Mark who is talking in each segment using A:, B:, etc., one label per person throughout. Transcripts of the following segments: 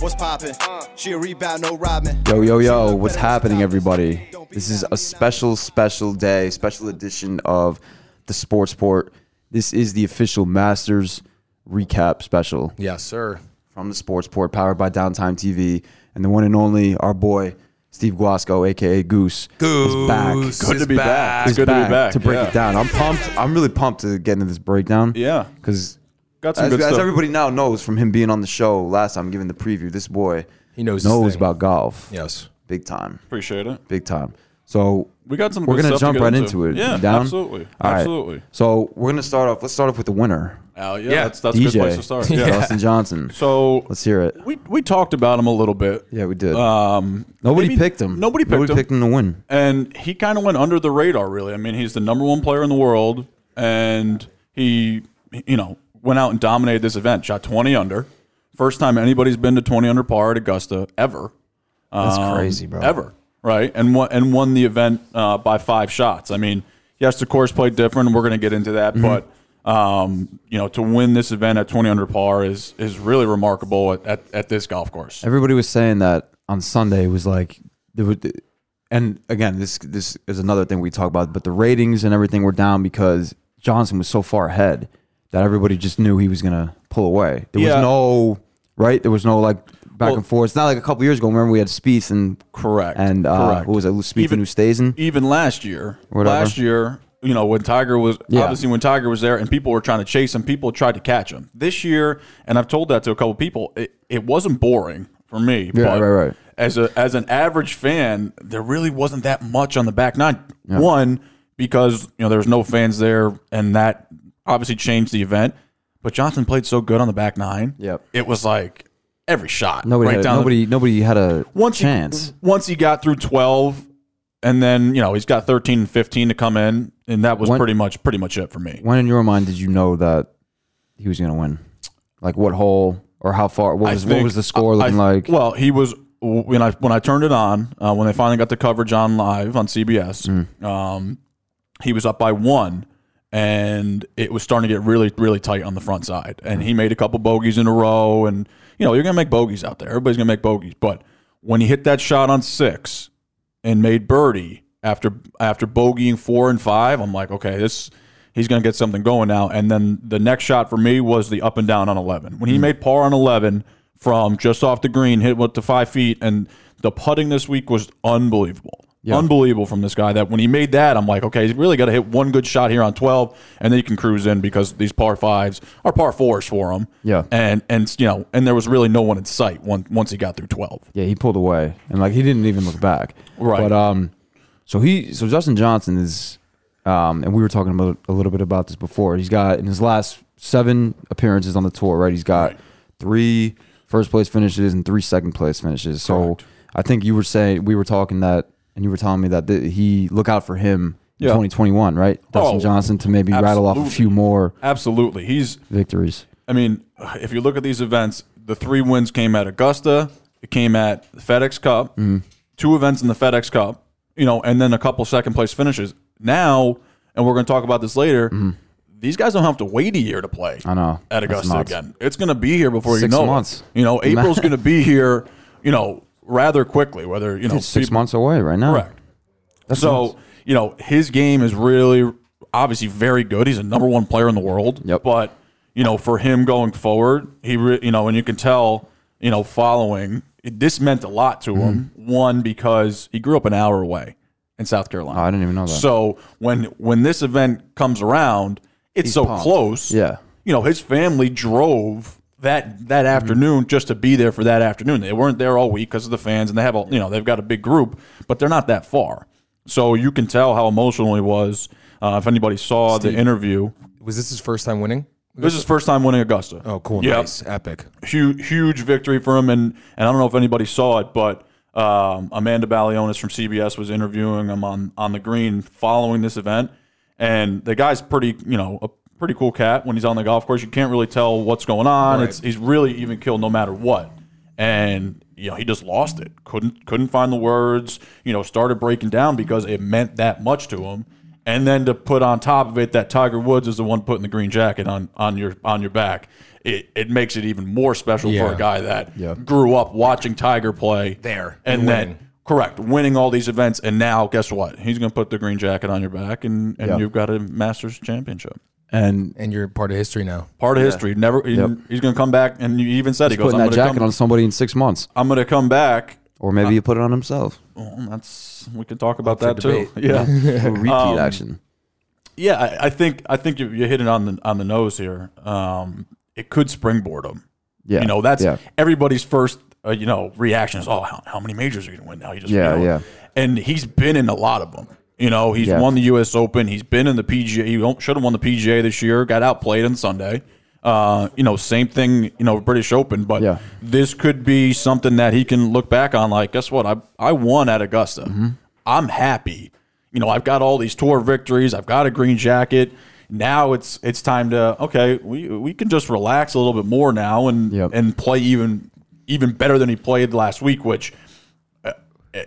A: What's poppin'? She a rebound, no Robin.
B: Yo, yo, yo, what's happening, everybody? This is a special, special day, special edition of the Sports Port. This is the official Masters recap special
C: Yes, sir.
B: from the Sports Port, powered by Downtime TV. And the one and only, our boy, Steve Guasco, aka Goose, is back.
C: Goose
B: Good
C: is
B: to be
C: back.
B: back. Is
D: Good to be back,
B: To break
D: yeah.
B: it down. I'm pumped. I'm really pumped to get into this breakdown.
D: Yeah.
B: Because
D: Got some
B: as,
D: good
B: as
D: stuff.
B: everybody now knows from him being on the show last time, giving the preview, this boy
C: He knows his
B: knows
C: thing.
B: about golf.
C: Yes.
B: Big time.
D: Appreciate it.
B: big time. So
D: We got some
B: We're
D: good
B: gonna
D: stuff
B: jump
D: to get
B: right
D: into.
B: into, it.
D: Yeah,
B: You down?
D: absolutely.
B: All right.
D: Absolutely.
B: So we're gonna start off. Let's start off with the winner,
D: Uh,
C: Yeah.
D: yeah, that's that's a
B: DJ
D: good place to start. Yeah.
B: Dustin Johnson.
D: So
B: Let's hear it.
D: we we talked about him a little bit.
B: Yeah, we did.
D: Um,
B: nobody
D: maybe-
B: picked him.
D: Nobody picked him.
B: to win.
D: and he kind of went under the radar really i mean he's the number one player in the world and he you know went out and dominated this event shot 20 under first time anybody's been to 20 under par at augusta ever
B: That's
D: um,
B: crazy, bro.
D: ever right and won, and won the event uh, by five shots i mean yes the course played different and we're going to get into that
B: Mm-hmm.
D: but um, you know to win this event at 20 under par is is really remarkable at, at, at this golf course
B: Everybody was saying that on Sunday was like there would, and again, this this is another thing we talk about. But the ratings and everything were down because Johnson was so far ahead that everybody just knew he was gonna pull away. There
D: Yeah.
B: was no right. There was no like back and forth. It's not like a couple years ago. Remember we had Spieth and
D: Correct.
B: and uh,
D: Correct.
B: what was it? Spieth
D: Even- e
B: and Ustazen.
D: even last year,
B: Whatever.
D: last year, you know, when Tiger was
B: Yeah.
D: obviously when Tiger was there and people were trying to chase him, people tried to catch him. This year, and I've told that to a couple people, it, it wasn't boring for me.
B: Yeah,
D: but
B: right, right.
D: As a as an average fan, there really wasn't that much on the back nine. One, because you know, there's no fans there and that obviously changed the event. But Johnson played so good on the back nine.
B: Yep.
D: It was like every shot.
B: Nobody,
D: right
B: had,
D: down the-
B: nobody, nobody had a
D: once
B: chance.
D: He, once he got through twelve, and then you know he's got thirteen and fifteen to come in, and that was
B: When-
D: pretty much pretty much it for me.
B: when in your mind did you know that he was going to win? Like what hole or how far? What
D: I
B: was what
D: think-
B: was the score
D: I- I-
B: looking like?
D: Well, he was when I when I turned it on uh, when they finally got the coverage on live on CBS.
B: Hmm.
D: Um, he was up by one, and it was starting to get really really tight on the front side. And he made a couple bogeys in a row, and you know you're gonna make bogeys out there. Everybody's gonna make bogeys, but when he hit that shot on six and made birdie after after bogeying four and five, I'm like, okay, this. He's going to get something going now. And then the next shot for me was the up and down on 11. When he made par on 11, from just off the green, hit with the five feet, and the putting this week was unbelievable. Unbelievable from this guy that when he made that, I'm like, okay, he's really got to hit one good shot here on 12, and then he can cruise in because these par fives are par fours for him.
B: Yeah.
D: and and you know, and there was really no one in sight once once he got through 12.
B: yeah, he pulled away and like he didn't even look back.
D: Right.
B: But um, so he so Justin Johnson is um, and we were talking about a little bit about this before. He's got in his last seven appearances on the tour, right? He's got three first place finishes and three second place finishes. So I think you were saying we were talking that, and you were telling me that th- he look out for him. in
D: Yeah.
B: 2021, right? Dustin
D: Oh,
B: Johnson to maybe rattle off a
D: absolutely.
B: few more
D: Absolutely, he's
B: victories.
D: I mean, if you look at these events, the three wins came at Augusta, it came at the FedEx Cup,
B: Mm-hmm.
D: two events in the FedEx Cup, you know, and then a couple second place finishes. Now, and we're going to talk about this later, these guys don't have to wait a year to play.
B: Mm-hmm. I know.
D: At
B: That's
D: Augusta
B: nuts.
D: again. It's going to be here before you
B: Six
D: know
B: months.
D: it. You know, April's going to be here, you know, rather quickly, whether, you know,
B: Six
D: people-
B: months away right now.
D: Correct. so you know his game is really obviously very good. He's a number one player in the world.
B: Yep.
D: But you know for him going forward, he re- you know and you can tell you know following it- this meant a lot to him.
B: Mm-hmm.
D: One because he grew up an hour away in South Carolina.
B: Oh, I didn't even know that.
D: So when when this event comes around, it's so close.
B: Yeah.
D: You know his family drove. That that
C: Mm-hmm.
D: afternoon, just to be there for that afternoon, they weren't there all week because of the fans, and they have a you know they've got a big group, but they're not that far, so you can tell how emotional he was. Uh, if anybody saw the interview,
C: Was this his first time winning?
D: this is first time winning Augusta.
C: Oh, cool.
D: Yeah,
C: Nice. Epic.
D: huge huge victory for him, and and I don't know if anybody saw it, but um, Amanda Balionis from CBS was interviewing him on on the green following this event, and the guy's pretty you know a pretty cool cat when he's on the golf course. You can't really tell what's going on. It's he's really even killed no matter what, and you know he just lost it. Couldn't couldn't find the words. You know started breaking down because it meant that much to him. And then to put on top of it that Tiger Woods is the one putting the green jacket on on your on your back, it, it makes it even more special for
C: Yeah.
D: a guy that
B: Yeah.
D: grew up watching Tiger play
C: There,
D: and,
C: and
D: then
C: winning.
D: correct winning all these events. And now guess what? He's going to put the green jacket on your back, and, and
B: Yeah.
D: you've got a Masters championship.
B: And
C: and you're part of history now.
D: Part of history. Never. he-
B: Yep.
D: He's going to come back, and you even said he goes,
B: putting
D: "I'm going
B: that
D: to
B: jacket
D: come.
B: on somebody in six months,
D: I'm going to come back."
B: or maybe you put it on himself.
D: Well, that's we can talk about
C: for
D: that too. Yeah.
B: Or repeat
D: Um,
B: action.
D: Yeah, I, I think I think you, you hit it on the on the nose here. Um, it could springboard them.
B: Yeah,
D: you know that's
B: yeah.
D: everybody's first uh, you know reaction is oh how, how many majors are you gonna win now? You just
B: Yeah,
D: you know,
B: yeah.
D: And he's been in a lot of them. You know, he's
B: Yeah.
D: won the U.S. Open. He's been in the PGA. He should have won the PGA this year. Got outplayed on Sunday. Uh, you know, same thing. You know, British Open, but
B: Yeah.
D: this could be something that he can look back on. Like, guess what? I I won at Augusta.
B: Mm-hmm.
D: I'm happy. You know, I've got all these tour victories. I've got a green jacket. Now it's it's time to okay. We we can just relax a little bit more now and
B: Yep.
D: and play even even better than he played last week, which uh,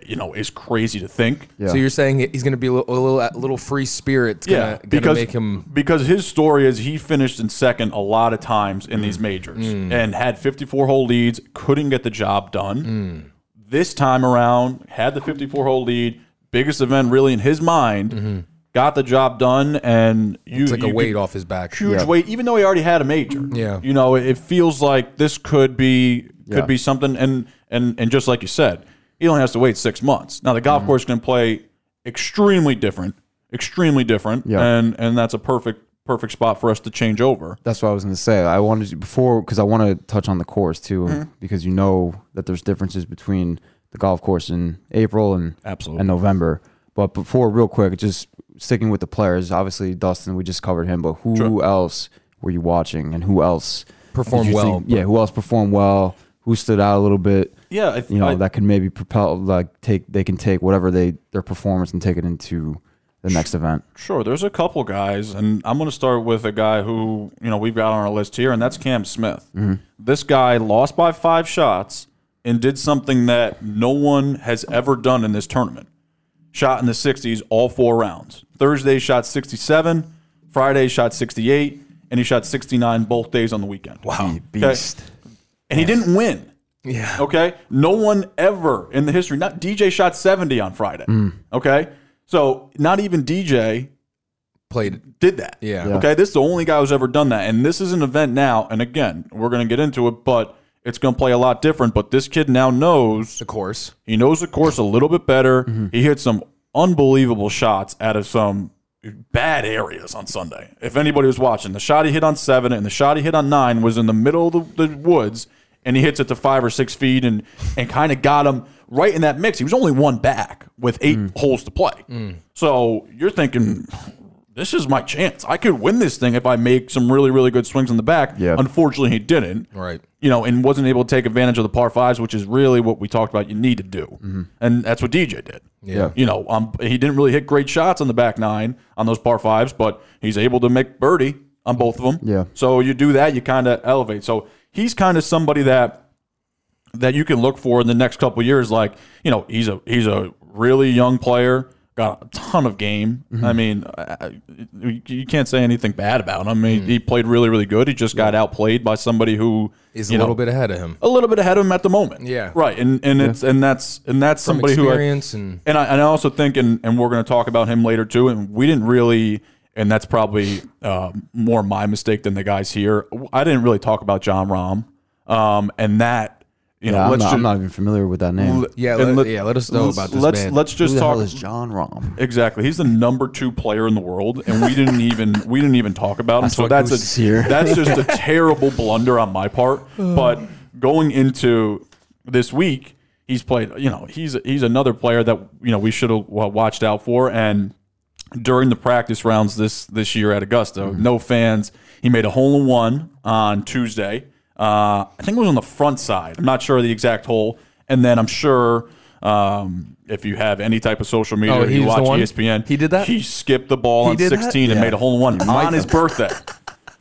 D: you know is crazy to think.
B: Yeah.
C: So you're saying he's going to be a little, a little, a little free spirit. Gonna, gonna
D: because
C: make him.
D: because his story is he finished in second a lot of times
C: Mm.
D: in these majors and had 54 hole leads, couldn't get the job done.
C: Mm.
D: This time around, had the 54 hole lead, biggest event really in his mind, got the job done, and you
C: It's like Mm-hmm. a
D: you
C: weight
D: could-
C: off his back.
D: huge
B: Yeah.
D: weight, even though he already had a major.
C: Yeah.
D: You know, it, it feels like this could be could
B: Yeah.
D: be something and and and just like you said, he only has to wait six months. Now the
B: Mm-hmm.
D: golf course can play extremely different. Extremely different.
B: Yeah.
D: And and that's a perfect perfect spot for us to change over.
B: That's what I was going to say. I wanted to, before because I want to touch on the course too,
D: Hmm.
B: because you know that there's differences between the golf course in April and
D: Absolutely.
B: and November. But before, real quick, just sticking with the players. Obviously, Dustin, we just covered him, but who else were you watching, and who else
C: Performed
B: did you
C: well,
B: yeah, who else performed well? Who stood out a little bit?
D: Yeah, I th-
B: you know
D: I-
B: that can maybe propel, like take they can take whatever they their performance and take it into the next event.
D: Sure, there's a couple guys, and I'm going to start with a guy who you know we've got on our list here, and that's Cam Smith. This guy lost by five shots and did something that no one has ever done in this tournament. Shot in the 60s all four rounds. Thursday shot 67, Friday shot 68, and he shot 69 both days on the weekend. Wow,
B: beast.
D: And he didn't win.
C: Yeah.
D: Okay. No one ever in the history. Not DJ shot 70 on Friday. Okay. So not even DJ
C: Played.
D: did that.
C: Yeah. Yeah.
D: Okay. This is the only guy who's ever done that. And this is an event now. And again, we're going to get into it, but it's going to play a lot different. But this kid now knows
C: Of course.
D: he knows the course a little bit better. He hit some unbelievable shots out of some bad areas on Sunday. If anybody was watching, the shot he hit on seven and the shot he hit on nine was in the middle of the, the woods, and he hits it to five or six feet and and kind of got him right in that mix. He was only one back with eight holes to play. So you're thinking. This is my chance. I could win this thing if I make some really, really good swings in the back.
B: Yeah.
D: Unfortunately, he didn't
C: Right.
D: you know, and wasn't able to take advantage of the par fives, which is really what we talked about. You need to do, and that's what DJ did.
B: Yeah.
D: you know, um, he didn't really hit great shots on the back nine on those par fives, but he's able to make birdie on both of them.
B: Yeah.
D: so you do that, you kind of elevate. So he's kind of somebody that that you can look for in the next couple years. Like you know, he's a he's a really young player, got a ton of game.
B: Mm-hmm.
D: I mean, I, I- you can't say anything bad about him. I
B: Mm.
D: mean, he played really really good. He just got outplayed by somebody who
C: Is
D: you
C: a
D: know,
C: little bit ahead of him.
D: a little bit ahead of him at the moment.
C: Yeah.
D: right. And and it's and that's and that's
C: From
D: somebody who I-
C: experience and
D: and I, and I also think, and, and we're going to talk about him later too. And we didn't really, and that's probably uh, more my mistake than the guys here. I didn't really talk about John Rahm, um, and that you know,
B: Yeah, I'm,
D: let's
B: not,
D: just,
B: I'm not even familiar with that name.
C: Yeah,
D: and
C: let- yeah, let us know
D: let's-
C: about this
D: Let's
C: man.
D: let's
B: who
D: just
B: the
D: talk.
B: hell is John Rom?
D: Exactly. He's the number two player in the world, and we didn't even we didn't even talk about him. so
B: what
D: that's
B: Goose
D: a
B: is here.
D: that's just a terrible blunder on my part. But going into this week, he's played. You know, he's he's another player that you know we should have watched out for. And during the practice rounds this this year at Augusta,
C: Mm-hmm.
D: no fans. He made a hole in one on Tuesday. Uh, I think it was on the front side. I'm not sure of the exact hole. And then I'm sure. Um, if you have any type of social media,
C: Oh,
D: or
C: he's
D: you
C: the
D: watch E
C: one?
D: ESPN.
C: He did that?
D: He skipped the ball
C: He
D: on
C: did that?
D: 16 and
B: Yeah.
D: made a hole in one on his birthday.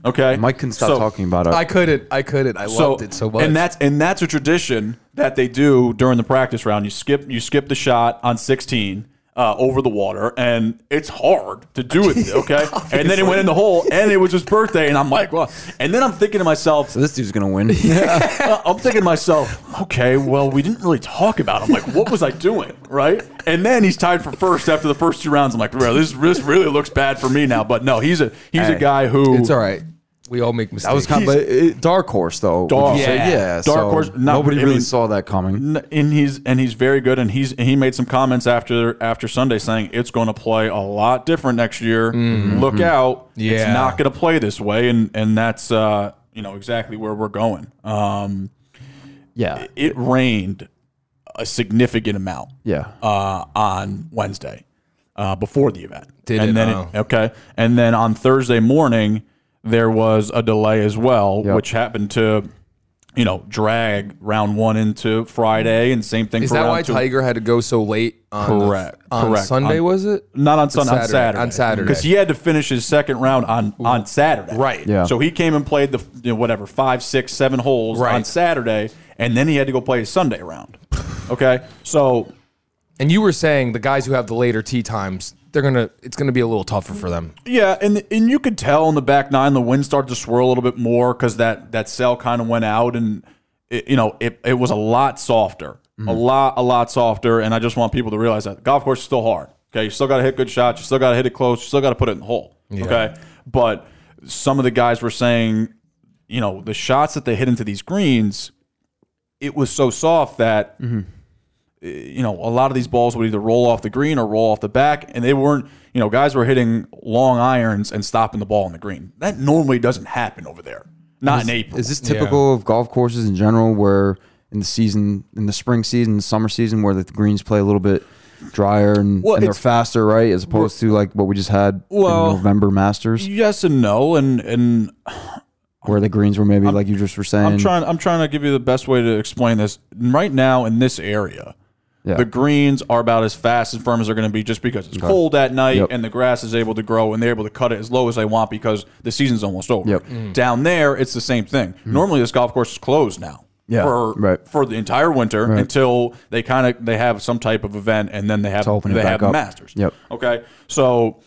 D: Okay,
B: Mike can stop
D: So-
B: talking about it.
C: I couldn't. I couldn't. I
D: Uh, So,
C: loved it so much.
D: and that's and that's a tradition that they do during the practice round. You skip you skip the shot on 16 uh, over the water, and it's hard to do it. Okay, and then it went in the hole, and it was his birthday, and I'm like, well, and then I'm thinking to myself,
B: So this dude's gonna win.
D: uh, I'm thinking to myself, okay, well, we didn't really talk about. It. I'm like, what was I doing, right? And then he's tied for first after the first two rounds. I'm like, bro, this this really looks bad for me now. But no, he's a he's a
B: Hey,
D: guy who
C: It's all right. We all make mistakes.
B: I was kind of dark horse though. would
D: Dark-
B: you say?
D: Yeah.
B: yeah,
D: Dark
B: so
D: horse, not-
B: nobody
D: I
B: really
D: mean-
B: saw that coming.
D: N- and he's and he's very good and he's and he made some comments after after Sunday saying it's going to play a lot different next year. Look out. It's
C: Mm-hmm. Yeah.
D: not going to play this way and and that's uh you know exactly where we're going. Um
B: Yeah,
D: it rained a significant amount
B: yeah.
D: uh on Wednesday uh before the event.
C: Did
D: and
C: it?
D: then
C: Oh.
D: okay. And then on Thursday morning there was a delay as well
B: Yep.
D: which happened to you know, drag round one into Friday, and same thing.
C: Is
D: for
C: that
D: round
C: why
D: two.
C: Tiger had to go so late? On the-
D: Correct,
C: on
D: correct.
C: Sunday
D: On-
C: was it?
D: Not on Sunday,
C: Saturday, on Saturday.
D: Because he had to finish his second round on, on Saturday.
C: Right.
B: Yeah.
D: So he came and played the, you know, whatever, five, six, seven holes on
C: Right.
D: Saturday, and then he had to go play his Sunday round. Okay. So
C: And you were saying the guys who have the later tee times, they're gonna. It's gonna be a little tougher for them.
D: Yeah, and and you could tell in the back nine the wind started to swirl a little bit more because that that cell kind of went out, and it, you know it it was a lot softer, a lot a lot softer. And I just want people to realize that the golf course is still hard. Okay, you still got to hit good shots, you still got to hit it close, you still got to put it in the hole. Okay, but some of the guys were saying, you know, the shots that they hit into these greens, it was so soft that
B: Mm-hmm.
D: eh, you know, a lot of these balls would either roll off the green or roll off the back, and they weren't, you know, guys were hitting long irons and stopping the ball on the green. That normally doesn't happen over there, not in April.
B: Is this typical of golf courses in general, where in the season, in the spring season, the summer season, where the greens play a little bit drier and,
D: Well,
B: and they're
D: it's-
B: faster, right, as opposed to like what we just had
D: Well-
B: in November Masters,
D: yes and no, and and
B: where the greens were maybe like you just were saying.
D: I'm trying I'm trying to give you the best way to explain this. Right now in this area,
B: Yeah.
D: the greens are about as fast and firm as they're going to be just because it's cold at night
B: Yep.
D: and the grass is able to grow and they're able to cut it as low as they want because the season's almost over.
B: Yep. Mm-hmm.
D: Down there, it's the same thing. Normally, this golf course is closed now.
B: Yeah,
D: for
B: right.
D: for the entire winter until they kind of they have some type of event and then they have
B: To open it
D: they
B: back
D: have
B: up.
D: masters
B: Yep.
D: okay so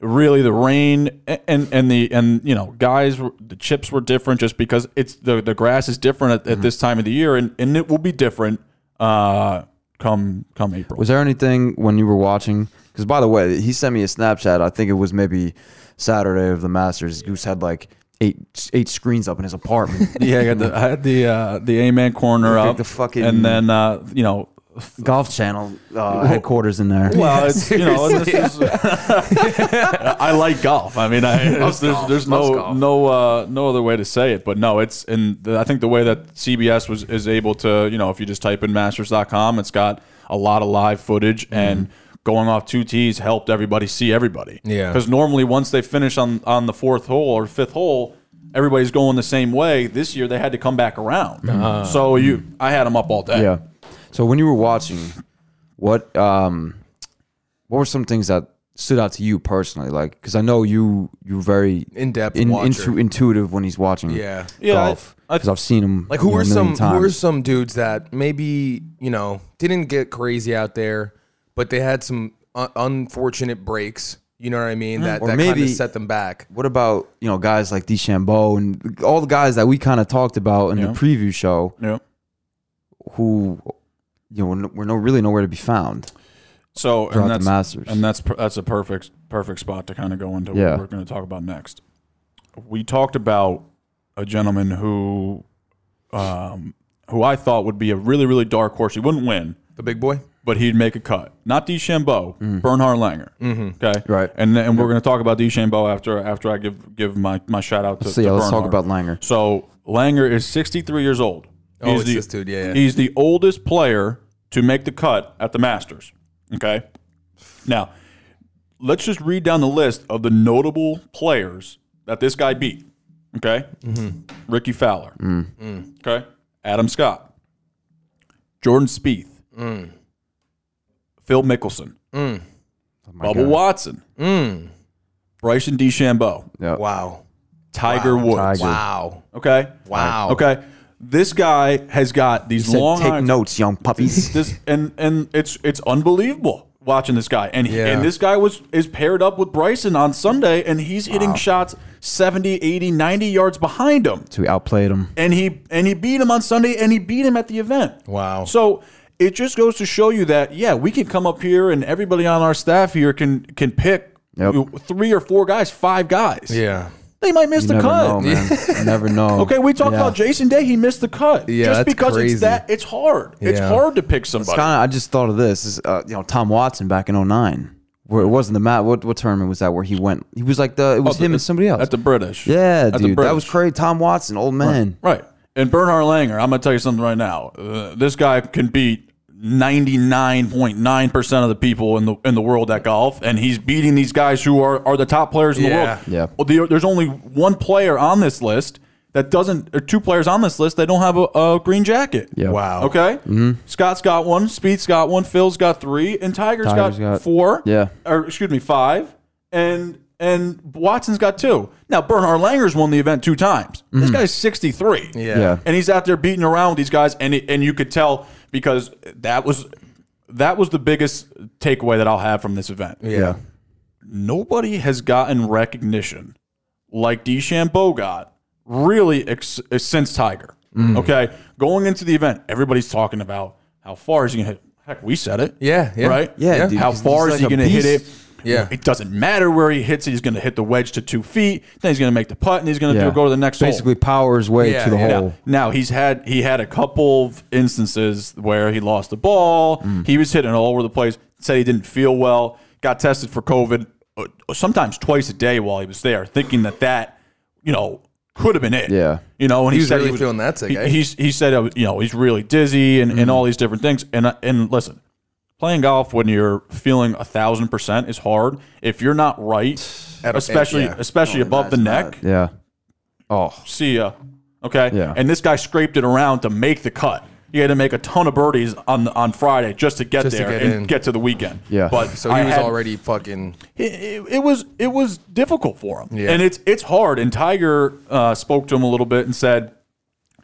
D: really the rain a- and and the and you know guys were- the chips were different just because it's the the grass is different at, at this time of the year and and it will be different uh come come april
B: Was there anything when you were watching? Because by the way, he sent me a Snapchat. I think it was maybe Saturday of the Masters. Goose had like eight eight screens up in his apartment.
D: yeah i got the i had the uh the amen corner
B: Like
D: up
B: the fucking-
D: and then uh you know
B: golf Channel uh, headquarters in there.
D: well, it's, you know, this is, I like golf. I mean, I, there's, there's, there's no no uh, no other way to say it. But no, it's and the, I think the way that CBS was is able to, you know, if you just type in Masters.com, it's got a lot of live footage
B: Mm-hmm.
D: and. Going off two tees helped everybody see everybody.
C: Yeah.
D: Because normally, once they finish on on the fourth hole or fifth hole, everybody's going the same way. This year, they had to come back around. so you, I had them up all day.
B: Uh-huh. Yeah. So when you were watching, what um, what were some things that stood out to you personally? Like, because I know you you're very
C: In-depth
B: in,
C: watcher.
B: intu- intuitive when he's watching.
C: Yeah.
D: Yeah, I-
B: Golf.
D: I-
B: Because I've seen him.
C: Like who
B: you know, a
C: are some
B: million
C: who are
B: times.
C: some dudes that maybe you know didn't get crazy out there, but they had some un- unfortunate breaks. You know what I mean? That
B: Or
C: that kind
B: maybe-
C: of set them back.
B: What about you know guys like DeChambeau and all the guys that we kind of talked about in
D: Yeah.
B: the preview show
D: Yeah.
B: who you know were no, were no really nowhere to be found.
D: So
B: throughout
D: and
B: the
D: that's,
B: Masters.
D: and that's per- that's a perfect perfect spot to kind of go into
B: Yeah.
D: what we're going to talk about next. We talked about a gentleman who, um, who I thought would be a really really dark horse. He wouldn't win,
C: The big boy.
D: but he'd make a cut. Not DeChambeau, Bernhard Langer. Mm-hmm. Okay,
B: Right.
D: And and we're going to talk about DeChambeau after after I give give my my shout out to.
B: So
D: to
B: yeah, let's talk about
D: Bernhard.
B: Langer.
D: So Langer is 63 years old.
C: Oh, it's this dude, yeah, yeah.
D: He's the oldest player to make the cut at the Masters. Okay. Now, let's just read down the list of the notable players that this guy beat. Okay.
C: Mm-hmm.
D: Ricky Fowler. Mm. Okay. Adam Scott. Jordan Spieth.
C: Mm.
D: Phil Mickelson. Bubba Watson.
C: Mm.
D: Bryson DeChambeau.
B: Yeah.
C: Wow.
D: Tiger Woods.
B: Tiger.
C: Wow.
D: Okay.
C: Wow.
D: Okay. This guy has got these
B: Oh. Said,
D: long
B: take
D: irons."
B: notes, young puppies.
D: This and and it's it's unbelievable. watching this guy, and he,
C: Yeah.
D: and this guy was is paired up with Bryson on Sunday, and he's hitting shots 70, 80, 90 yards behind him,
B: So we outplayed him.
D: and he and he beat him on Sunday, and he beat him at the event.
C: Wow.
D: So it just goes to show you that yeah, we can come up here, and everybody on our staff here can can pick
B: Yep.
D: three or four guys, five guys.
C: Yeah.
D: They might miss
B: You
D: the
B: never
D: cut.
B: know, man. You never know.
D: Okay, we talked
B: Yeah.
D: about Jason Day. He missed the cut.
C: Yeah,
D: just
C: that's
D: because
C: crazy.
D: it's that it's hard. It's
C: Yeah.
D: hard to pick
B: It's
D: somebody.
B: kind of. I just thought of this. Is uh, you know Tom Watson back in 09. where it wasn't the mat. What what tournament was that? Where he went? He was like the. It was
D: Oh, the-
B: him and somebody else.
D: at the British.
B: yeah,
D: At the
B: dude, that
D: British.
B: was crazy. Tom Watson, old man.
D: right. And Bernhard Langer, I'm going to tell you something right now. Uh, this guy can beat 99.9% of the people in the in the world at golf and he's beating these guys who are are the top players in
C: Yeah.
D: the world.
B: Yeah.
D: Well, the, there's only one player on this list that doesn't or two players on this list that don't have a, a green jacket.
B: Yeah.
C: Wow.
D: Okay.
B: Mm-hmm.
D: Scott's got one. Speed's got one. Phil's got three, and Tiger's,
B: Tiger's
D: got,
B: got-
D: four.
B: Yeah.
D: Or excuse me, five. And and Watson's got two. Now Bernhard Langer's won the event two times. This
B: Mm-hmm.
D: guy's sixty three.
C: Yeah.
B: Yeah.
D: And he's out there beating around with these guys, and it, and you could tell because that was that was the biggest takeaway that I'll have from this event.
C: Yeah.
D: Nobody has gotten recognition like DeChambeau got really ex- since Tiger.
B: Mm.
D: Okay, going into the event, everybody's talking about how far is he going to hit. Heck, we said it.
C: Yeah, yeah.
D: right.
B: Yeah,
C: Yeah.
B: dude,
D: how
B: he's-
D: far
B: he's
D: is he
B: like a
D: going to hit it?
B: beast.
C: Yeah.
D: it doesn't matter where he hits it. He's going to hit the wedge to two feet. Then he's going to make the putt, and he's going to
B: Yeah.
D: go to the next hole.
B: Basically, power his way
C: Yeah,
B: to the
C: yeah.
B: hole.
D: Now he's had he had a couple of instances where he lost the ball. He was hitting all over the place. Said he didn't feel well. Got tested for COVID uh, sometimes twice a day while he was there, thinking that that you know could have been it.
B: Yeah.
D: you know, and he,
C: was
D: said
C: really
D: he was,
C: feeling that sick,
D: He,
C: eh?
D: he's- he said uh, you know he's really dizzy and, and all these different things. And I- and listen, playing golf when you're feeling a thousand percent is hard. If you're not right, especially
C: yeah. Oh,
D: especially above the neck,
B: Yeah. Oh,
D: see ya. E Okay.
B: Yeah.
D: And this guy scraped it around to make the cut. He had to make a ton of birdies on on Friday just to get
C: Just to
D: there
C: get
D: and
C: in.
D: get to the weekend.
B: Yeah.
D: But
C: So he
D: I
C: was
D: had-
C: already fucking.
D: It, it- it was it was difficult for him.
C: Yeah.
D: And it's it's hard. And Tiger uh, spoke to him a little bit and said,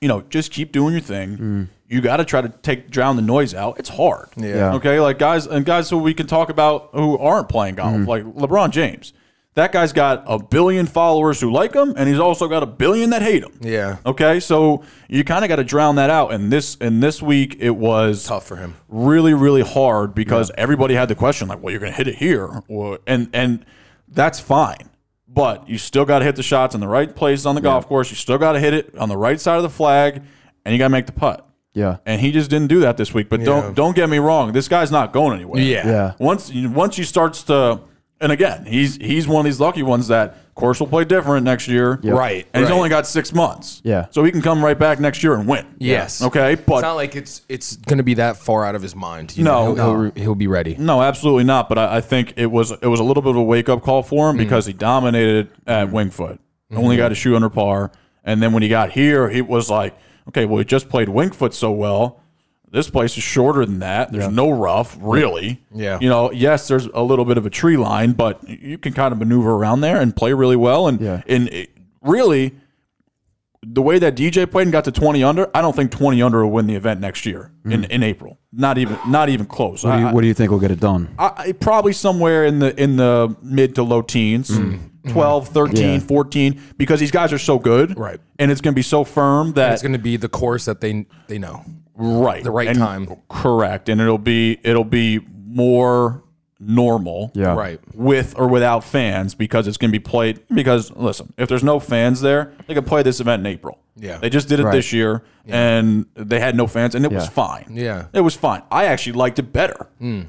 D: you know, just keep doing your thing.
C: Mm.
D: You got to try to take drown the noise out. It's hard.
B: Yeah.
D: Okay, like guys and guys who we can talk about who aren't playing golf,
C: Mm-hmm.
D: like LeBron James. That guy's got a billion followers who like him, and he's also got a billion that hate him.
C: Yeah.
D: Okay, so you kind of got to drown that out. And this and this week it was
C: Tough for him.
D: really really hard because everybody had the question like, well, you're going to hit it here, or, and and that's fine. But you still got to hit the shots in the right places on the golf course. You still got to hit it on the right side of the flag, and you got to make the putt
B: yeah.
D: and he just didn't do that this week. But don't don't get me wrong, this guy's not going anywhere.
B: Yeah.
D: Once once he starts to, and again, he's he's one of these lucky ones that of course will play different next year.
C: Right,
D: And he's
C: right.
D: only got six months.
B: Yeah.
D: So he can come right back next year and win.
C: Yes.
D: Okay.
C: It's
D: But
C: not like it's it's gonna be that far out of his mind. You
D: No,
C: know, he'll, he'll, he'll be ready.
D: no, absolutely not. But I, I think it was it was a little bit of a wake up call for him
B: Mm.
D: because he dominated at Wingfoot.
B: Mm-hmm.
D: Only got a shoe under par. And then when he got here, he was like, okay, well, he just played Wingfoot so well. This place is shorter than that. There's no rough, really.
C: Yeah.
D: You know, yes, there's a little bit of a tree line, but you can kind of maneuver around there and play really well. And
B: Yeah.
D: and it, really, the way that DJ played and got to 20 under, I don't think 20 under will win the event next year in, in April. Not even not even
B: Mm.
D: close.
B: What do, you,
D: I-
B: what do you think will get it done?
D: I, I- probably somewhere in the in the mid to low teens
C: Mm.
D: Mm-hmm. 12 13
B: Yeah.
D: 14 because these guys are so good
C: Right.
D: and it's going to be so firm that
C: It's gonna be the course that they they know.
D: right the
C: right time.
D: correct and it'll be it'll be more normal
B: yeah.
C: Right.
D: with or without fans because it's going to be played because listen if there's no fans there they could play this event in april
C: Yeah.
D: they just did it
B: Right.
D: this year and they had no fans and it was
B: Yeah.
D: fine
C: Yeah. Mm.
D: it was fine i actually liked it better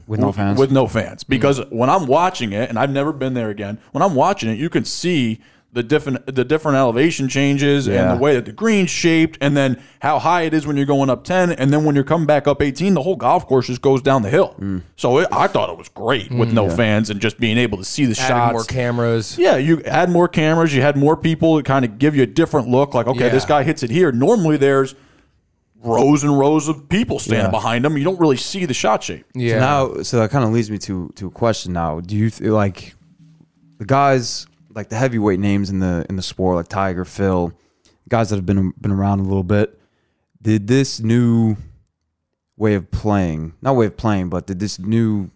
B: With no fans.
D: with no fans because when I'm watching it, and I've never been there again, when I'm watching it, you can see the different the different elevation changes
B: Yeah.
D: and the way that the green's shaped, and then how high it is when you're going up ten, and then when you're coming back up eighteen, the whole golf course just goes down the hill.
B: Mm.
D: So it, I thought it was great with no fans and just being able to see the
C: Adding
D: shots.
C: more cameras.
D: Yeah, you had more cameras, you had more people to kind of give you a different look. Like, okay,
C: Yeah.
D: this guy hits it here. Normally, there's rows and rows of people standing
B: Yeah.
D: behind him. You don't really see the shot shape.
C: Yeah.
B: So now, so that kind of leads me to to a question. Now, do you th- like the guys like the heavyweight names in the in the sport, like Tiger, Phil, guys that have been been around a little bit? Did this new way of playing, not way of playing, but did this new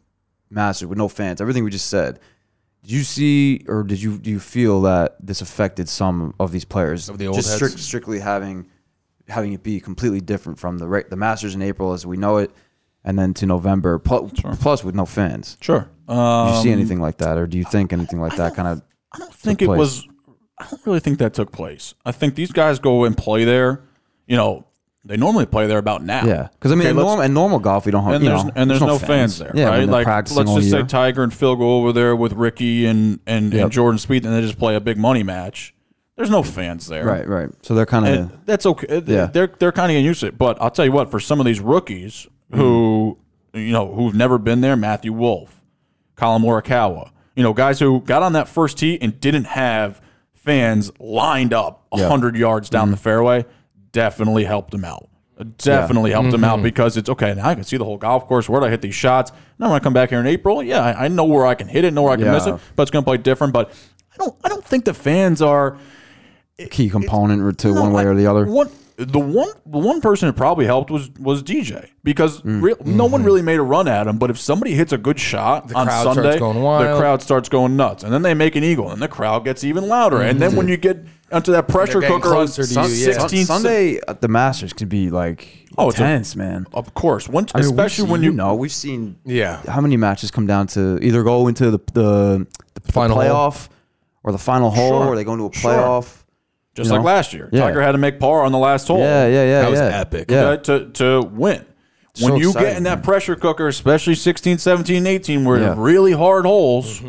B: mastered with no fans, everything we just said. Did you see or did you do you feel that this affected some of these players?
C: Of the old
B: just
C: heads?
B: strict- strictly having having it be completely different from the re- the Masters in April as we know it, and then to November plus, plus with no fans.
D: Sure.
B: Did
D: Um,
B: you see anything like that, or do you think anything like that? Kind of
D: I don't think
B: took
D: it
B: place?
D: was. I don't really think that took place. I think these guys go and play there. You know, they normally play there about now.
B: yeah, because I mean,
D: Okay,
B: in,
D: let's-
B: norm, in normal golf, we don't have
D: and
B: you
D: there's
B: know,
D: and there's, no, fans, there,
B: Yeah, when
D: right?
B: they're
D: Like, let's
B: practicing all
D: just say
B: year.
D: Tiger and Phil go over there with Ricky and and, and Jordan Speed, and they just play a big money match. There's no fans there,
B: right, right. So they're kind
D: And
B: of
D: that's okay.
B: Yeah.
D: They're they're kind of getting used to it. But I'll tell you what, for some of these rookies who you know who've never been there, Matthew Wolf, Colin Morikawa, you know, guys who got on that first tee and didn't have fans lined up a
B: Yeah. Mm-hmm.
D: hundred yards down the fairway, definitely helped them out. Definitely helped them out because it's okay. Now I can see the whole golf course. Where do I hit these shots? Now when I come back here in April, yeah, I, I know where I can hit it, know where I can miss
B: Yeah.
D: it, but it's going to play different. But I don't, I don't think the fans are
B: key component or two, one
D: no,
B: way
D: I-
B: or the other.
D: One, the one, the one person that probably helped was was DJ because
B: Mm.
D: real, no
B: Mm-hmm.
D: one really made a run at him. But if somebody hits a good shot on
C: crowd starts
D: Sunday,
C: going
D: the
C: wild.
D: crowd starts going nuts, and then they make an eagle, and the crowd gets even louder. And
B: Mm-hmm.
D: then when you get onto that pressure
C: getting
D: cooker, on
C: closer to you, yeah.
D: 16,
B: Sunday at the Masters could be like
D: Oh, it's a-
B: intense, man.
D: of course, when,
B: I mean, we've
D: especially
B: seen-
D: when you
B: know we've seen
C: Yeah.
B: how many matches come down to either go into the the, the
C: Final hole.
B: playoff or the final hole,
D: Sure,
B: or they go into a
D: sure.
B: playoff.
D: just
B: you
D: like
B: know?
D: last year,
B: Yeah.
D: Tiger had to make par on the last hole.
B: Yeah, yeah, yeah.
C: That was
B: yeah.
C: epic.
B: Yeah,
D: okay, to, to win. When
B: So
D: you
B: exciting,
D: get in that
B: man.
D: pressure cooker, especially 16, 17, 18, where
B: Yeah.
D: really hard holes,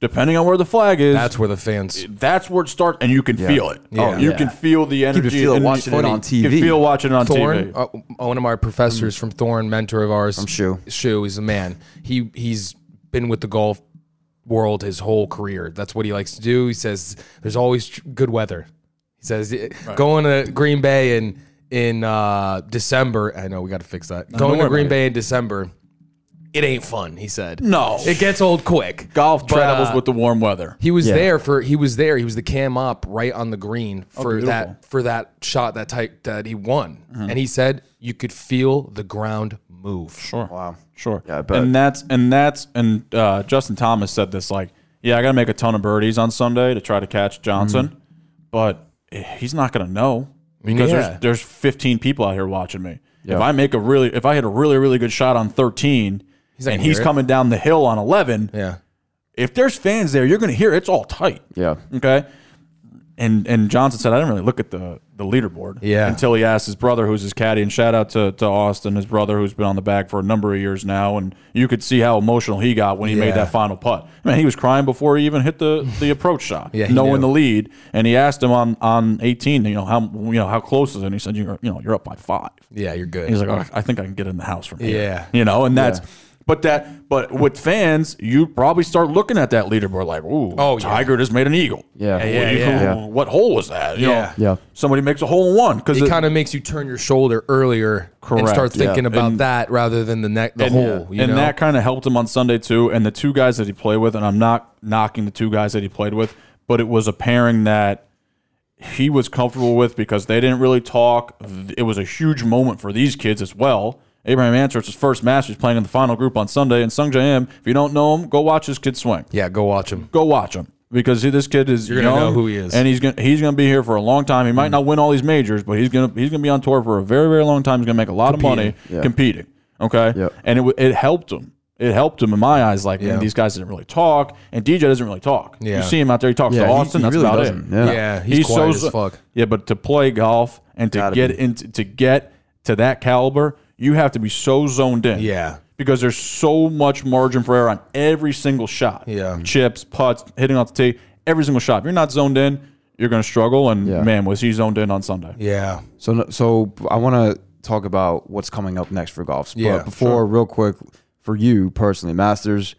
D: depending on where the flag is,
C: Mm-hmm. That's where the fans.
D: that's where it starts, and you can feel it. Oh,
C: Yeah.
D: you
B: yeah.
D: can feel the energy.
B: feel it
D: and
B: watching it
D: funny.
B: on
D: You can
B: TV.
D: feel watching it on
C: Thorne,
D: TV.
C: uh, one of our professors from Thorne, mentor of ours, from
B: Shu.
C: Shu is a man. He he's been with the golf world his whole career. That's what he likes to do. He says there's always tr- good weather. He says eh, going to Green Bay in in uh, December. I know we got to fix that. going
D: worry
C: to
D: about
C: Green
D: it.
C: Bay in December, it ain't fun. He said
D: No.
C: It gets old quick.
D: Golf
C: But,
D: travels
C: uh,
D: with the warm weather.
C: He was
B: Yeah.
C: there for he was there. He was the cam up right on the green for
D: Oh, beautiful. Mm-hmm.
C: that for that shot that type that he won. And he said you could feel the ground move.
D: Sure. Wow. Sure.
B: I bet.
D: And that's and that's and uh, Justin Thomas said this like, yeah, I got to make a ton of birdies on Sunday to try to catch Johnson,
C: Mm-hmm.
D: but eh, he's not going to know because
C: Yeah.
D: there's there's 15 people out here watching me. If I make a really if I hit a really really good shot on
C: not
D: 13 and
C: gonna
D: he's
C: hear it.
D: coming down the hill on 11,
C: Yeah.
D: if there's fans there, you're going to hear it's all tight.
B: yeah.
D: Okay. And and Johnson said, I didn't really look at the the leaderboard.
C: Yeah.
D: Until he asked his brother, who's his caddy, and shout out to, to Austin, his brother, who's been on the bag for a number of years now, and you could see how emotional he got when he made
C: Yeah.
D: that final putt. Man, he was crying before he even hit the, the approach shot,
C: Yeah, he
D: knowing
C: knew.
D: the lead. And he asked him on on eighteen, you know how you know how close is it? And he said, you you know you're up by five.
C: Yeah, you're good.
D: He's like, "Oh, I think I can get in the house from here.
C: Yeah.
D: You know, and that's, but that, but with fans, you probably start looking at that leaderboard like, ooh,
C: Oh, yeah.
D: Tiger just made an eagle.
B: Yeah. Yeah,
D: Well,
C: yeah,
D: you-
C: yeah.
D: ooh, What hole was that? You
C: Yeah.
D: know,
B: Yeah.
D: Somebody makes a hole in one because
C: it kind of makes you turn your shoulder earlier and
D: Correct,
C: start
D: yeah.
C: thinking about
D: And-
C: that rather than the neck the whole. You
D: and
C: know?
D: that kind of helped him on Sunday too. And the two guys that he played with, and I'm not knocking the two guys that he played with, but it was a pairing that he was comfortable with because they didn't really talk. It was a huge moment for these kids as well. Abraham Anser's his first Masters playing in the final group on Sunday, and Sung J M. If you don't know him, go watch this kid swing
C: yeah, go watch him.
D: go watch him because he, this kid is
C: You're gonna
D: young,
C: know who he is. Mm.
D: and he's gonna he's gonna be here for a long time. He might not win all these majors, but he's gonna he's gonna be on tour for a very very long time. He's gonna make a lot of money
B: Yeah.
D: competing. Okay,
B: Yep.
D: and it wa- it helped him. It helped him in my eyes. Like man, these guys didn't really talk, and DJ doesn't really talk.
C: Yeah.
D: You see him out there, he talks
B: Yeah,
D: to
B: he-
D: Austin.
B: he
D: that's
B: really
D: about
B: doesn't.
D: it.
B: Yeah.
C: Yeah, he's quiet as fuck.
D: Yeah, but to play golf and to
B: Gotta
D: get
B: be.
D: into to get to that caliber, you have to be so zoned in.
C: Yeah.
D: Because there's so much margin for error on every single shot.
C: Yeah.
D: Chips, putts, hitting off the tee, every single shot. If you're not zoned in, you're gonna struggle. And
B: Yeah.
D: man, was he zoned in on Sunday?
C: Yeah.
B: So no- so I want to talk about what's coming up next for golfs.
C: Yeah,
B: but before, real quick, for you personally, Masters,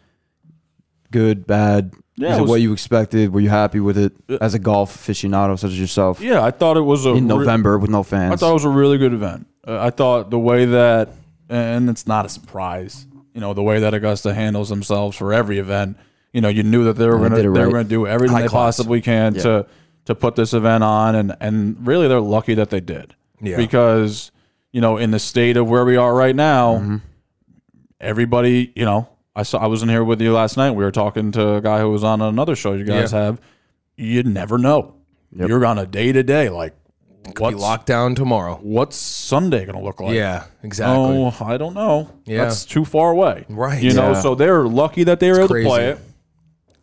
B: good, bad.
D: Yeah,
B: Is
D: it
B: it,
D: was-
B: what you expected? Were you happy with it as a golf aficionado such as yourself?
D: Yeah, I thought it was a
B: in
D: re-
B: November with no fans.
D: I thought it was a really good event. Uh, I thought the way that, and it's not a surprise, you know, the way that Augusta handles themselves for every event. You know, you knew that they were
B: They
D: going to
B: did
D: they
B: it
D: were
B: right.
D: going to do everything
C: High
D: they
C: class.
D: possibly can to to put this event on, and and really they're lucky that they did.
C: Yeah.
B: Mm-hmm.
D: Because you know, in the state of where we are right now, everybody, you know, I saw I was in here with you last night. We were talking to a guy who was on another show you guys
C: Yeah.
D: have. You never know. You're on a day to day like
C: Be
D: what's
C: locked down tomorrow.
D: what's Sunday gonna look like?
C: Yeah, exactly.
D: Oh, I don't know.
C: Yeah.
D: That's too far away.
C: Right.
D: You know,
B: Yeah.
D: so they're lucky that they were able
C: crazy.
D: to play it.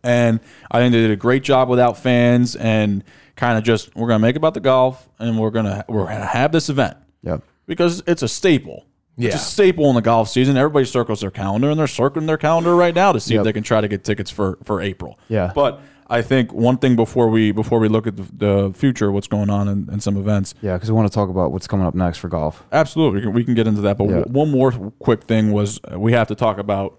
D: And I think they did a great job without fans and kind of just we're gonna make it about the golf and we're gonna we're gonna have this event
B: Yep.
D: because it's a staple. It's
C: Yeah.
D: a staple in the golf season. Everybody circles their calendar and they're circling their calendar right now to see if they can try to get tickets for for April.
B: Yeah.
D: But I think one thing before we before we look at the, the future, what's going on in, in some events,
B: Yeah, because I want to talk about what's coming up next for golf.
D: Absolutely, we can, we can get into that. But
B: Yeah.
D: w- one more quick thing was uh, we have to talk about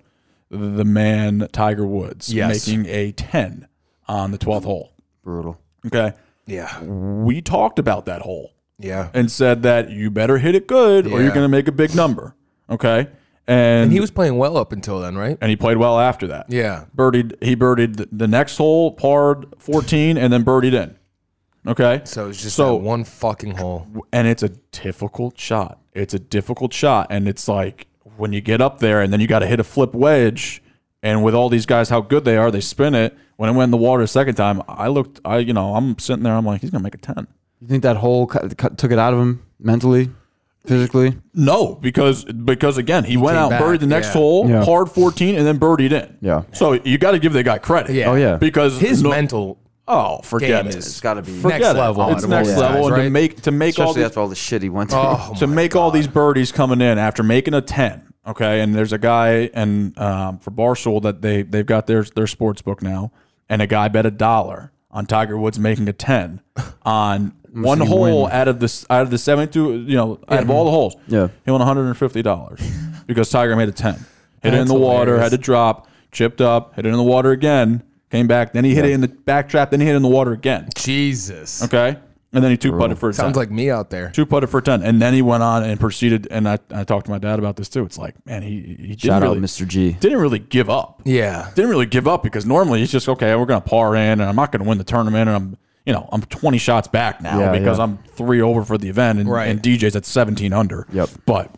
D: the man Tiger Woods
C: Yes.
D: making a ten on the twelfth hole.
B: Brutal.
D: Okay,
C: yeah,
D: we talked about that hole
C: yeah.
D: and said that you better hit it good or you're
C: Yeah.
D: going to make a big number. Okay, and,
C: And he was playing well up until then, right?
D: and he played well after that.
C: Yeah.
D: birdied he birdied the- the next hole, parred fourteen, and then birdied in. Okay,
C: So it's just
D: So-
C: that one fucking hole.
D: and it's a difficult shot. It's a difficult shot, and it's like when you get up there, and then you got to hit a flip wedge, and with all these guys, how good they are, they spin it. When it went in the water the second time, I looked, I you know, I'm sitting there, I'm like, he's gonna make a ten.
B: You think that hole cut, cut, took it out of him mentally, physically?
D: No, because because again, he went
C: came
D: out,
C: back,
D: buried the next
C: yeah.
D: hole,
B: Yeah.
D: hard 14, and then birdied in.
B: Yeah.
D: So you got to give the guy credit.
C: Yeah. Oh,
B: yeah.
D: Because
C: His
D: no-
C: mental
D: oh forget
C: game
D: it.
C: is it's
E: gotta be-
C: next
D: Forget it.
C: level.
D: It's next
C: Yeah.
D: level, and to
C: Right?
D: make to make all
E: Especially
D: these
E: after all the shit he went through.
C: Oh,
D: to make all these birdies coming in after making a 10 okay and there's a guy and um, for barstool that they they've got their their sports book now and a guy bet a dollar on tiger woods making a 10 on one
B: see him
D: hole
B: win.
D: out of this out of the 72 you know out of all the holes
B: Yeah.
D: he won 150 dollars because tiger made a 10 hit it in
C: That's
D: the water
C: hilarious.
D: had to drop chipped up hit it in the water again came back then he hit it in the back trap then he hit it in the water again
C: Jesus.
D: okay and then he two putted for a 10
C: Sounds like me out there.
D: two putted for ten, and then he went on and proceeded. And I, I talked to my dad about this too. It's like, man, he he didn't
B: Shout
D: really
B: out Mr. G.
D: didn't really give up.
C: Yeah.
D: didn't really give up because normally he's just okay. We're gonna par in, and I'm not gonna win the tournament, and I'm you know I'm 20 shots back now
B: Yeah,
D: because
B: yeah.
D: I'm three over for the event, and,
C: Right.
D: and DJ's at 17 under.
B: Yep.
D: but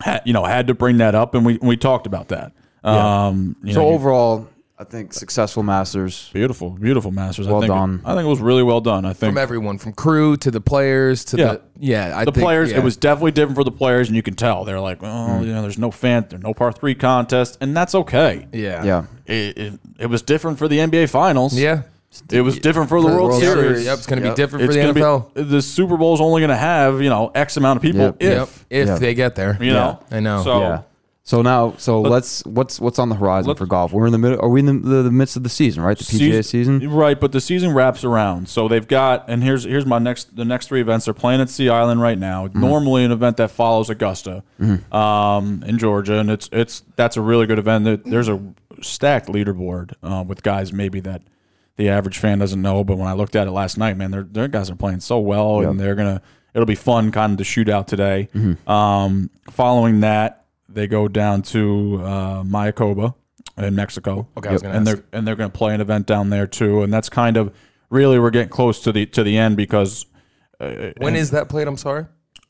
D: had, you know had to bring that up, and we we talked about that. Um, you
B: So
D: know,
B: overall, I think successful Masters.
D: beautiful, beautiful Masters. I
B: Well
D: think,
B: done.
D: I think it was really well done. I think
C: From everyone, from crew to the players to
D: Yeah.
C: the yeah, I
D: the
C: think,
D: players,
C: yeah.
D: it was definitely different for the players, and you can tell they're like, well, you know, there's no fan, there's no par three contest, and that's okay.
C: yeah,
B: Yeah.
D: It, it, it was different for the NBA Finals.
C: yeah.
D: it was different for the World,
B: World
C: Yep,
D: Series.
B: Series.
C: Yep, it's going to
E: Yep.
C: be different
D: It's
C: for the
D: gonna
C: NFL.
D: be the Super Bowl's only going to have you know x amount of people
B: Yep.
D: if
C: yep, if
B: Yep.
C: they get there,
D: you know.
C: I know.
D: So
B: Yeah. So now, so let's what's what's on the horizon for golf? We're in the middle. Are we in the, the, the midst of the season? Right, the PGA season.
D: right? But the season wraps around, so they've got. And here's here's my next the next three events. They're playing at Sea Island right now.
B: Mm-hmm.
D: Normally, an event that follows Augusta, um, in Georgia, and it's it's that's a really good event. There- There's a stacked leaderboard uh, with guys maybe that the average fan doesn't know. But when I looked at it last night, man, their their guys are playing so well, and they're gonna. It'll be fun, kind of the shootout today.
B: Mm-hmm.
D: Um, following that, they go down to uh, Mayakoba in Mexico.
C: Okay, I was Yep. gonna
D: and
C: ask.
D: they're and they're going to play an event down there too. And that's kind of really we're getting close to the to the end because
C: when is that played? I'm sorry.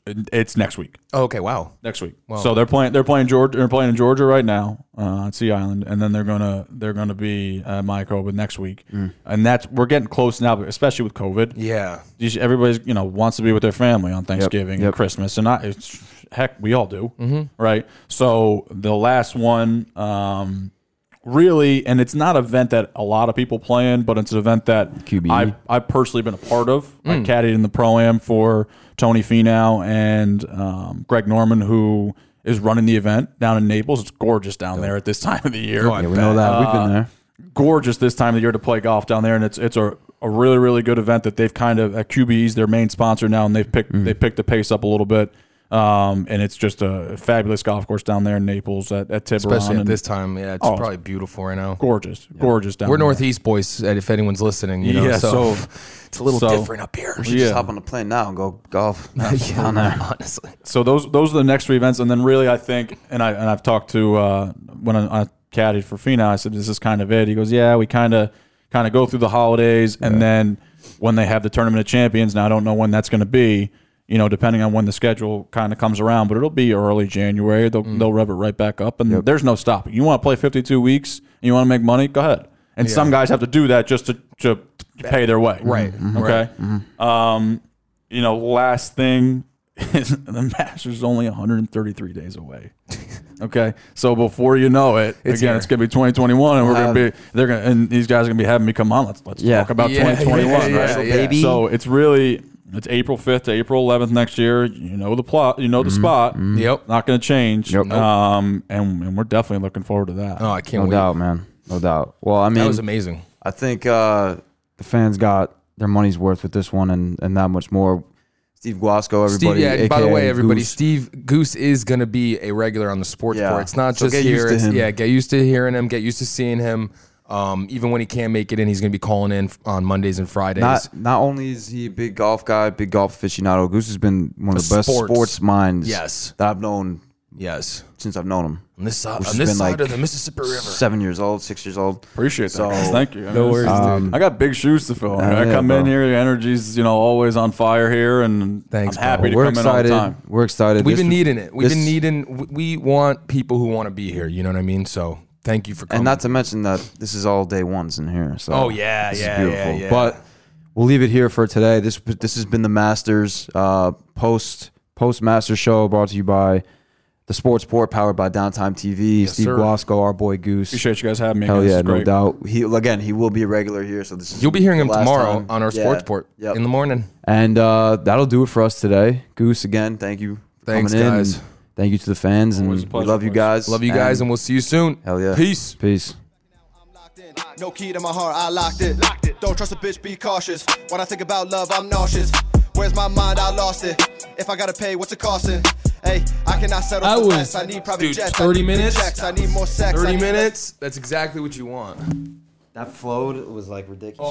D: it- it's next week.
C: Oh, okay, wow.
D: Next week. So they're playing they're playing Georgia they're playing in Georgia right now uh, at Sea Island, and then they're gonna they're gonna be at Mayakoba next week. And that's we're getting close now, especially with COVID.
C: Yeah,
D: These- Everybody's you know wants to be with their family on Thanksgiving and
B: Yep. Mm-hmm.
D: Christmas, and I it's, heck, we all do, right? So the last one, um, really, and it's not an event that a lot of people play in, but it's an event that
B: QBE.
D: I I've personally been a part of. I
B: Mm.
D: caddied in the pro am for Tony Finau and um, Greg Norman, who is running the event down in Naples. It's gorgeous down there at this time of the year
B: Yeah, we know that.
C: Uh,
B: We've been there.
D: gorgeous this time of the year to play golf down there, and it's it's a, a really really good event that they've kind of at QBE's their main sponsor now, and they've picked
C: Mm-hmm.
D: they picked the pace up a little bit, um, and it's just a fabulous golf course down there in Naples at, at Tiburon,
C: especially at
D: and
C: this time. Yeah,
D: Oh.
C: it's probably beautiful right now.
D: gorgeous, gorgeous down
C: We're
D: there.
C: Northeast boys, and if anyone's listening, you know,
D: Yeah,
C: so,
D: so-
C: it's a little
D: so-
C: different up here.
E: Should
D: yeah.
E: Just hop on the plane now and go golf.
B: Down there.
C: Honestly,
D: So those those are the next three events, and then really I think, and I and I've talked to uh, when I, I caddied for Fina, I said this is kind of it. He goes, yeah, we kind of kind of go through the holidays, and then when they have the tournament of champions, now I don't know when that's going to be. you know, depending on when the schedule kind of comes around, but it'll be early January. They'll, they'll rev it right back up, and there's no stopping. You want to play 52 weeks and you want to make money, go ahead. And some guys have to do that just to, to pay their way.
C: Right. Mm-hmm.
D: Okay. Um, you know, last thing is the Masters is only 133 days away. Okay, so before you know it, again,
C: here. Um,
D: it's gonna be 2021, and we're gonna be they're gonna and these guys are gonna be having me come on. Let's let's
E: Yeah.
D: talk about
C: Yeah,
D: 2021,
C: yeah,
D: right?
C: yeah,
D: So,
C: yeah.
E: Baby.
D: So it's really it's April 5th to April 11th next year. You know the plot, you know
C: Mm-hmm.
D: the spot.
C: Yep.
D: Not gonna change.
B: Yep. Nope.
D: Um, and, and we're definitely looking forward to that.
C: Oh, I can't
B: No
C: wait.
B: doubt, man. No doubt. Well, I
C: That
B: mean,
C: was amazing.
E: I think uh,
B: the fans got their money's worth with this one and, and that much more.
E: Steve Guasco,
C: Steve,
E: everybody.
C: yeah, and by the
B: aka
C: way, everybody,
B: Goose.
C: Steve Goose is going to be a regular on the sports
E: Yeah.
C: tour. It's not
E: So
C: just
E: get
C: here.
E: used to
C: it's-
E: him.
C: Yeah, get used to hearing him, get used to seeing him. Um, even when he can't make it in, he's going to be calling in f- on Mondays and Fridays.
B: Not
E: Not only is he a big golf guy, big golf aficionado, Goose has been one of the best
C: Sports.
E: sports, minds
C: Yes.
E: that I've known
C: yes.
E: since I've known him.
C: On this, si- on
E: Which
C: this
E: has
C: side
E: been like
C: of the Mississippi River.
E: Seven years old, six years old.
D: Appreciate that.
E: So-
D: guys. Thank you. I
C: No
D: mean,
C: worries,
D: this is- I got big shoes to fill. I
B: yeah,
D: come
B: bro.
D: in here, the energy's you know always on fire here, and
C: Thanks,
D: I'm happy
C: bro.
D: to
B: We're
D: come
B: excited.
D: in all the time.
B: We're excited.
C: We've
B: This-
C: been needing it. We've been
B: this-
C: needing. w- We want people who want to be here. You know what I mean? So thank you for coming.
E: And not to mention that this is all day ones in here. So
C: Oh, yeah,
E: this is
C: yeah,
E: beautiful.
C: yeah, yeah.
E: But
B: We'll leave it here for today. This
E: this this has been the Masters uh, post
B: post master show brought to you by the Sports Port, powered by Downtime TV. Steve
C: sir.
B: Guasco, our boy Goose.
D: Appreciate you guys having me.
B: Hell
D: again. This
B: yeah,
D: is
B: no
D: great.
B: doubt.
E: He again, he will be a regular here. So this is
C: You'll be hearing
E: the
C: him
E: last
C: tomorrow
E: time.
C: on our
E: Yeah.
C: sports port
E: Yep.
C: in the morning.
B: And uh, that'll do it for us today. Goose,
E: Goose again. Thank you. for
C: Thanks,
E: coming in,
C: guys.
E: and
B: thank you to the fans
D: Always a
B: and
D: pleasure,
E: We love you
D: boys.
E: guys.
C: Love you guys, and, we'll see you soon.
E: Hell yeah.
C: Peace.
B: peace.
A: I'm locked in. No key to my heart, I locked it. Locked it. Don't trust a bitch, be cautious. When I think about love, I'm nauseous. Where's my mind? I lost it. If I gotta pay, what's it costing? Hey, I cannot settle
C: I
A: for
C: was-
A: less. I need private
C: dude,
A: jets.
C: 30
A: I need big
C: minutes?
A: Checks. I need more sex. I
C: 30
A: need less-
C: minutes. That's exactly what you want.
E: That flowed was like ridiculous.